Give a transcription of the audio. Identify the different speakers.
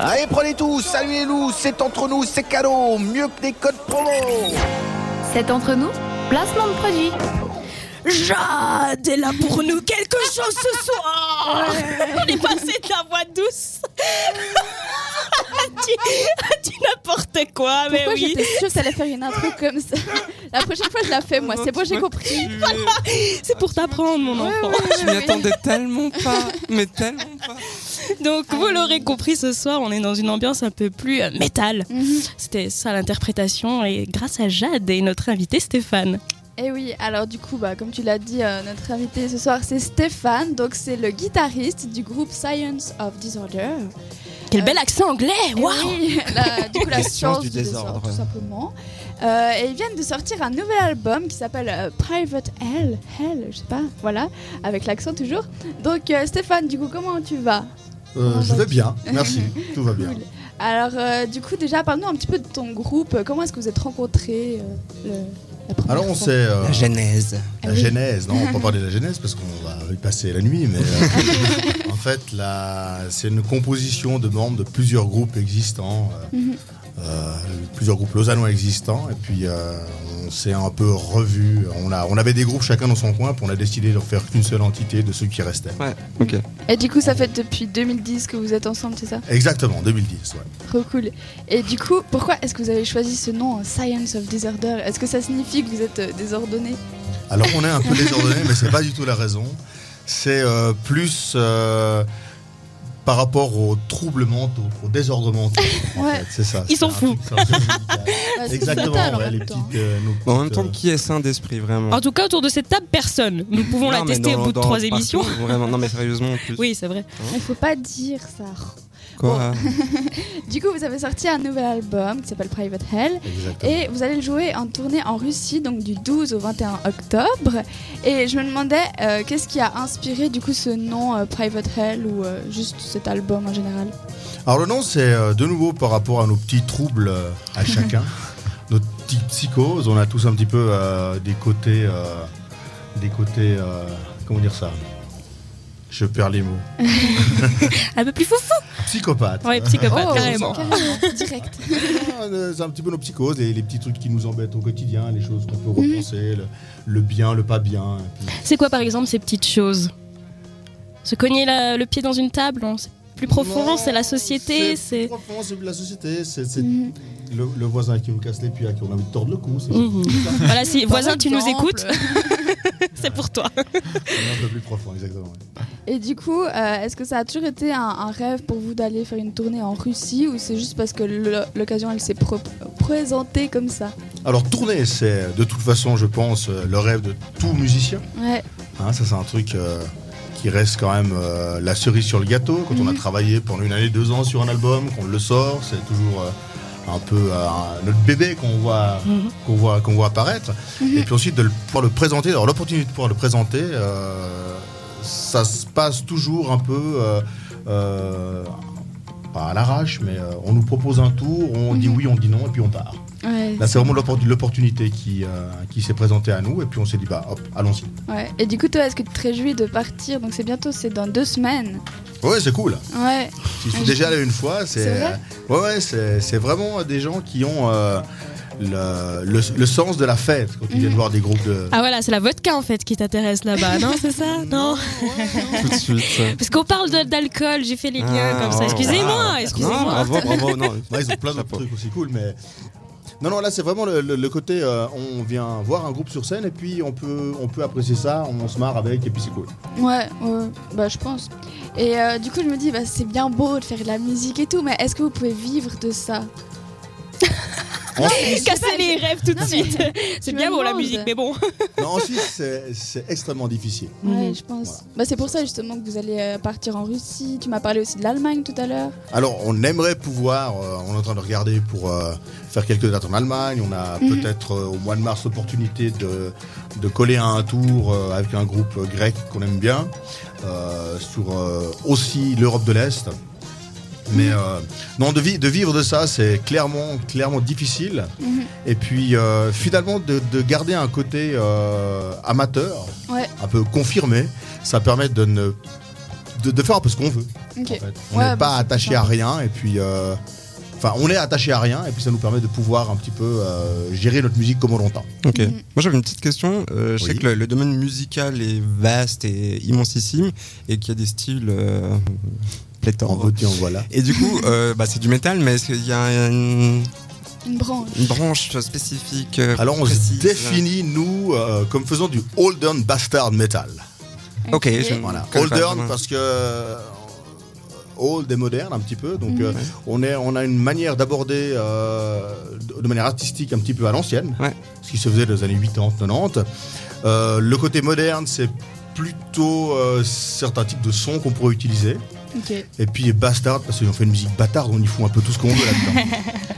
Speaker 1: Allez, prenez tout, saluez-nous, c'est entre nous, c'est cadeau, mieux que des codes promo.
Speaker 2: C'est entre nous, placement de produit.
Speaker 3: Jade est là pour nous quelque chose ce soir. On est passé de la voix douce à du, à du n'importe quoi, mais
Speaker 4: Pourquoi
Speaker 3: Eh oui.
Speaker 4: j'étais sûre que t'allais faire une intro comme ça La prochaine fois, je la fais, moi. C'est bon, j'ai compris.
Speaker 3: C'est pour t'apprendre, mon enfant.
Speaker 5: Je m'y attendais tellement pas, mais tellement pas.
Speaker 3: Donc, vous l'aurez compris, ce soir, on est dans une ambiance un peu plus euh, métal.
Speaker 4: Mm-hmm.
Speaker 3: C'était ça l'interprétation, et grâce à Jade et notre invité Stéphane.
Speaker 4: Et Eh oui, alors du coup, bah, comme tu l'as dit, euh, notre invité ce soir, c'est Stéphane. Donc, c'est le guitariste du groupe Science of Disorder.
Speaker 3: Quel
Speaker 4: Euh,
Speaker 3: bel accent anglais
Speaker 4: Et
Speaker 3: Waouh
Speaker 4: oui, la- du coup, la
Speaker 1: La science
Speaker 4: science
Speaker 1: du
Speaker 4: du désordre,
Speaker 1: désordre.
Speaker 4: tout simplement. Euh, et ils viennent de sortir un nouvel album qui s'appelle euh, Private Hell, Hell, je sais pas, voilà, avec l'accent toujours. Donc, euh, Stéphane, du coup, comment tu vas
Speaker 6: Euh, je vais bien, merci, tout va bien.
Speaker 4: Cool. Alors, euh, du coup, déjà, parle-nous un petit peu de ton groupe. Euh, Comment est-ce que vous êtes rencontrés euh, le- la première
Speaker 6: Alors on
Speaker 4: fois
Speaker 6: sait euh,
Speaker 5: La genèse.
Speaker 4: Ah
Speaker 6: la
Speaker 4: oui.
Speaker 6: genèse, non, on peut pas parler de la genèse parce qu'on va y passer la nuit, mais euh, en fait, la- c'est une composition de membres de plusieurs groupes existants, euh,
Speaker 4: Mhm.
Speaker 6: euh, plusieurs groupes lausannois existants, et puis euh, on s'est un peu revus. On, a, on avait des groupes chacun dans son coin, puis on a décidé d'en faire qu'une seule entité de ceux qui restaient.
Speaker 5: Ouais, ok.
Speaker 4: Et du coup, ça fait depuis 2010 que vous êtes ensemble, c'est ça
Speaker 6: Exactement, 2010, ouais.
Speaker 4: Trop cool. Et du coup, pourquoi est-ce que vous avez choisi ce nom, euh, Science of Disorder Est-ce que ça signifie que vous êtes euh, désordonné
Speaker 6: Alors on est un peu désordonné, mais c'est pas du tout la raison. C'est euh, plus euh, par rapport aux troubles mentaux, aux désordres mentaux. en
Speaker 4: Ouais.
Speaker 6: fait, c'est ça.
Speaker 3: Ils
Speaker 6: c'est
Speaker 3: s'en
Speaker 6: un truc, c'est un peu
Speaker 4: Ouais,
Speaker 6: médical.
Speaker 4: c'est
Speaker 6: Exactement.
Speaker 4: fatal, en hein.
Speaker 6: ouais,
Speaker 4: même
Speaker 6: les
Speaker 4: temps.
Speaker 6: petites, euh, nos petites,
Speaker 5: En même temps,
Speaker 6: euh,
Speaker 5: qui est sain d'esprit vraiment
Speaker 3: En tout cas, autour de cette table, personne. Nous pouvons
Speaker 5: Non,
Speaker 3: Oh, la
Speaker 5: mais
Speaker 3: tester
Speaker 5: dans-
Speaker 3: au bout de
Speaker 5: dans-
Speaker 3: trois
Speaker 5: partout,
Speaker 3: émissions.
Speaker 5: Vraiment, non mais sérieusement en plus.
Speaker 3: Oui, c'est vrai.
Speaker 4: Il faut pas dire ça.
Speaker 5: Quoi
Speaker 4: Du coup, vous avez sorti un nouvel album qui s'appelle Private Hell.
Speaker 6: Exactement.
Speaker 4: Et vous allez le jouer en tournée en Russie, donc du 12 au 21 octobre. Et je me demandais, euh, qu'est-ce qui a inspiré du coup ce nom euh, Private Hell ou euh, juste cet album en général
Speaker 6: Alors le nom, c'est euh, de nouveau par rapport à nos petits troubles euh, à chacun, nos petites psychoses. On a tous un petit peu euh, des côtés, euh, des côtés, euh, comment dire ça Je perds les mots.
Speaker 3: Un peu plus foufou
Speaker 6: Psychopathe.
Speaker 3: Ouais, psychopathe,
Speaker 4: Oh,
Speaker 3: Bah, carrément.
Speaker 4: direct.
Speaker 6: Ah, euh, C'est un petit peu nos psychoses, les, les petits trucs qui nous embêtent au quotidien, les choses qu'on peut
Speaker 3: Mhm.
Speaker 6: repenser, le, le bien, le pas bien. et puis-
Speaker 3: C'est quoi, par exemple, ces petites choses Se cogner la- le pied dans une table, on- c'est plus profond,
Speaker 6: Non,
Speaker 3: c'est la société,
Speaker 6: C'est
Speaker 3: c'est...
Speaker 6: profond, c'est la société, c'est c'est
Speaker 4: Mhm.
Speaker 6: le, le voisin qui me casse les pieds, à qui on a envie de tordre le cou. C'est
Speaker 3: Mhm. Voilà, si
Speaker 4: Par
Speaker 3: voisin, tu nous
Speaker 4: exemple.
Speaker 3: écoutes, c'est pour toi.
Speaker 6: c'est un peu plus profond, exactement.
Speaker 4: Et du coup, euh, est-ce que ça a toujours été un, un rêve pour vous d'aller faire une tournée en Russie ou c'est juste parce que le- l'occasion elle s'est pro- présentée comme ça
Speaker 6: Alors tourner, c'est de toute façon, je pense, euh, le rêve de tout musicien.
Speaker 4: Ouais.
Speaker 6: Hein, ça, c'est un truc euh, qui reste quand même euh, la cerise sur le gâteau. Quand on a
Speaker 4: Mhm.
Speaker 6: travaillé pendant une année, deux ans sur un album, qu'on le sort, c'est toujours euh, un peu euh, notre bébé qu'on voit,
Speaker 3: Mhm.
Speaker 6: qu'on voit, qu'on voit apparaître. Et puis ensuite, de le- pouvoir le présenter, alors l'opportunité de pouvoir le présenter, euh, ça se passe toujours un peu. euh, euh, pas à l'arrache, mais euh, on nous propose un tour, on dit
Speaker 4: Mhm.
Speaker 6: oui, on dit non, et puis on part.
Speaker 4: Ouais.
Speaker 6: Là, c'est vraiment l'oppor- l'opportunité qui, euh, qui s'est présentée à nous, et puis on s'est dit, bah hop, allons-y.
Speaker 4: Ouais. Et du coup, toi, est-ce que tu te réjouis de partir Donc c'est bientôt, c'est dans deux semaines.
Speaker 6: Ouais, c'est cool.
Speaker 4: Ouais.
Speaker 6: J'y suis
Speaker 4: Ah,
Speaker 6: déjà allé une fois.
Speaker 4: C'est
Speaker 6: C'est euh,
Speaker 4: vrai
Speaker 6: ouais, ouais, c'est c'est vraiment des gens qui ont euh, le, le- le sens de la fête quand ils viennent
Speaker 4: Mhm.
Speaker 6: voir des groupes de.
Speaker 3: Ah voilà, c'est la vodka, en fait, qui t'intéresse là-bas, non C'est ça Non Oh.
Speaker 5: Tout de suite.
Speaker 3: Parce qu'on parle de- d'alcool, j'ai fait les liens
Speaker 5: Ah,
Speaker 3: comme ça.
Speaker 5: wow.
Speaker 3: Excusez-moi,
Speaker 5: Non,
Speaker 3: excusez-moi.
Speaker 5: bravo, bravo, non.
Speaker 6: Ouais, ils ont plein d'autres
Speaker 5: Chapeau.
Speaker 6: trucs aussi cool, mais. Non, non, là c'est vraiment le, le- le côté euh, on vient voir un groupe sur scène et puis on peut, on peut apprécier ça, on se marre avec et puis c'est cool.
Speaker 4: Ouais, ouais. Bah, je pense. Et euh, du coup, je me dis, bah, c'est bien beau de faire de la musique et tout, mais est-ce que vous pouvez vivre de ça
Speaker 6: Ensuite,
Speaker 3: Casser les rêves tout de suite. C'est
Speaker 4: je
Speaker 3: bien
Speaker 4: me
Speaker 3: beau la
Speaker 4: demande.
Speaker 3: musique, mais bon.
Speaker 6: non, ensuite, c'est c'est extrêmement difficile.
Speaker 4: Ouais,
Speaker 3: Mhm.
Speaker 4: je pense. Bah, c'est pour ça justement que vous allez euh, partir en Russie. Tu m'as parlé aussi de l'Allemagne tout à l'heure.
Speaker 6: Alors, on aimerait pouvoir, euh, on est en train de regarder pour euh, faire quelques dates en Allemagne. On a
Speaker 4: Mhm.
Speaker 6: peut-être euh, au mois de mars l'opportunité de, de coller à un tour euh, avec un groupe euh, grec qu'on aime bien, euh, sur euh, aussi l'Europe de l'Est. Mais
Speaker 4: Mhm.
Speaker 6: euh, non, de, vi- de vivre de ça, c'est clairement, clairement difficile.
Speaker 4: Mhm.
Speaker 6: Et puis, euh, finalement, de, de garder un côté euh, amateur,
Speaker 4: Ouais.
Speaker 6: un peu confirmé, ça permet de ne de, de faire un peu ce qu'on veut.
Speaker 4: Ok.
Speaker 6: en fait. On n'est
Speaker 4: Ouais, bah,
Speaker 6: pas
Speaker 4: c'est
Speaker 6: attaché
Speaker 4: ça.
Speaker 6: à rien et puis. euh, Enfin, on est attaché à rien et puis ça nous permet de pouvoir un petit peu euh, gérer notre musique comme on l'entend.
Speaker 5: Ok.
Speaker 4: Mhm.
Speaker 5: Moi j'avais une petite question. Euh, je sais
Speaker 6: Oui.
Speaker 5: que le, le domaine musical est vaste et immensissime et qu'il y a des styles euh,
Speaker 6: En
Speaker 5: pléthores.
Speaker 6: vote, en voilà.
Speaker 5: Et du coup, euh, bah, c'est du métal, mais est-ce qu'il y a une,
Speaker 4: Une branche.
Speaker 5: une branche spécifique euh,
Speaker 6: Alors on
Speaker 5: précise
Speaker 6: se définit, nous, euh, comme faisant du Oldern Bastard Metal.
Speaker 5: Ok, je-
Speaker 4: Mmh.
Speaker 6: Voilà.
Speaker 5: Comme
Speaker 6: Oldern
Speaker 5: ça.
Speaker 6: parce que euh, old et moderne un petit peu. Donc euh, on, est, on a une manière d'aborder euh, de de manière artistique un petit peu à l'ancienne,
Speaker 5: Ouais.
Speaker 6: ce qui se faisait dans les années 80, 90. Euh, le côté moderne, c'est plutôt euh, certains types de sons qu'on pourrait utiliser.
Speaker 4: Ok.
Speaker 6: Et puis bastard parce qu'on fait une musique bâtarde, on y fout un peu tout ce qu'on veut là-dedans.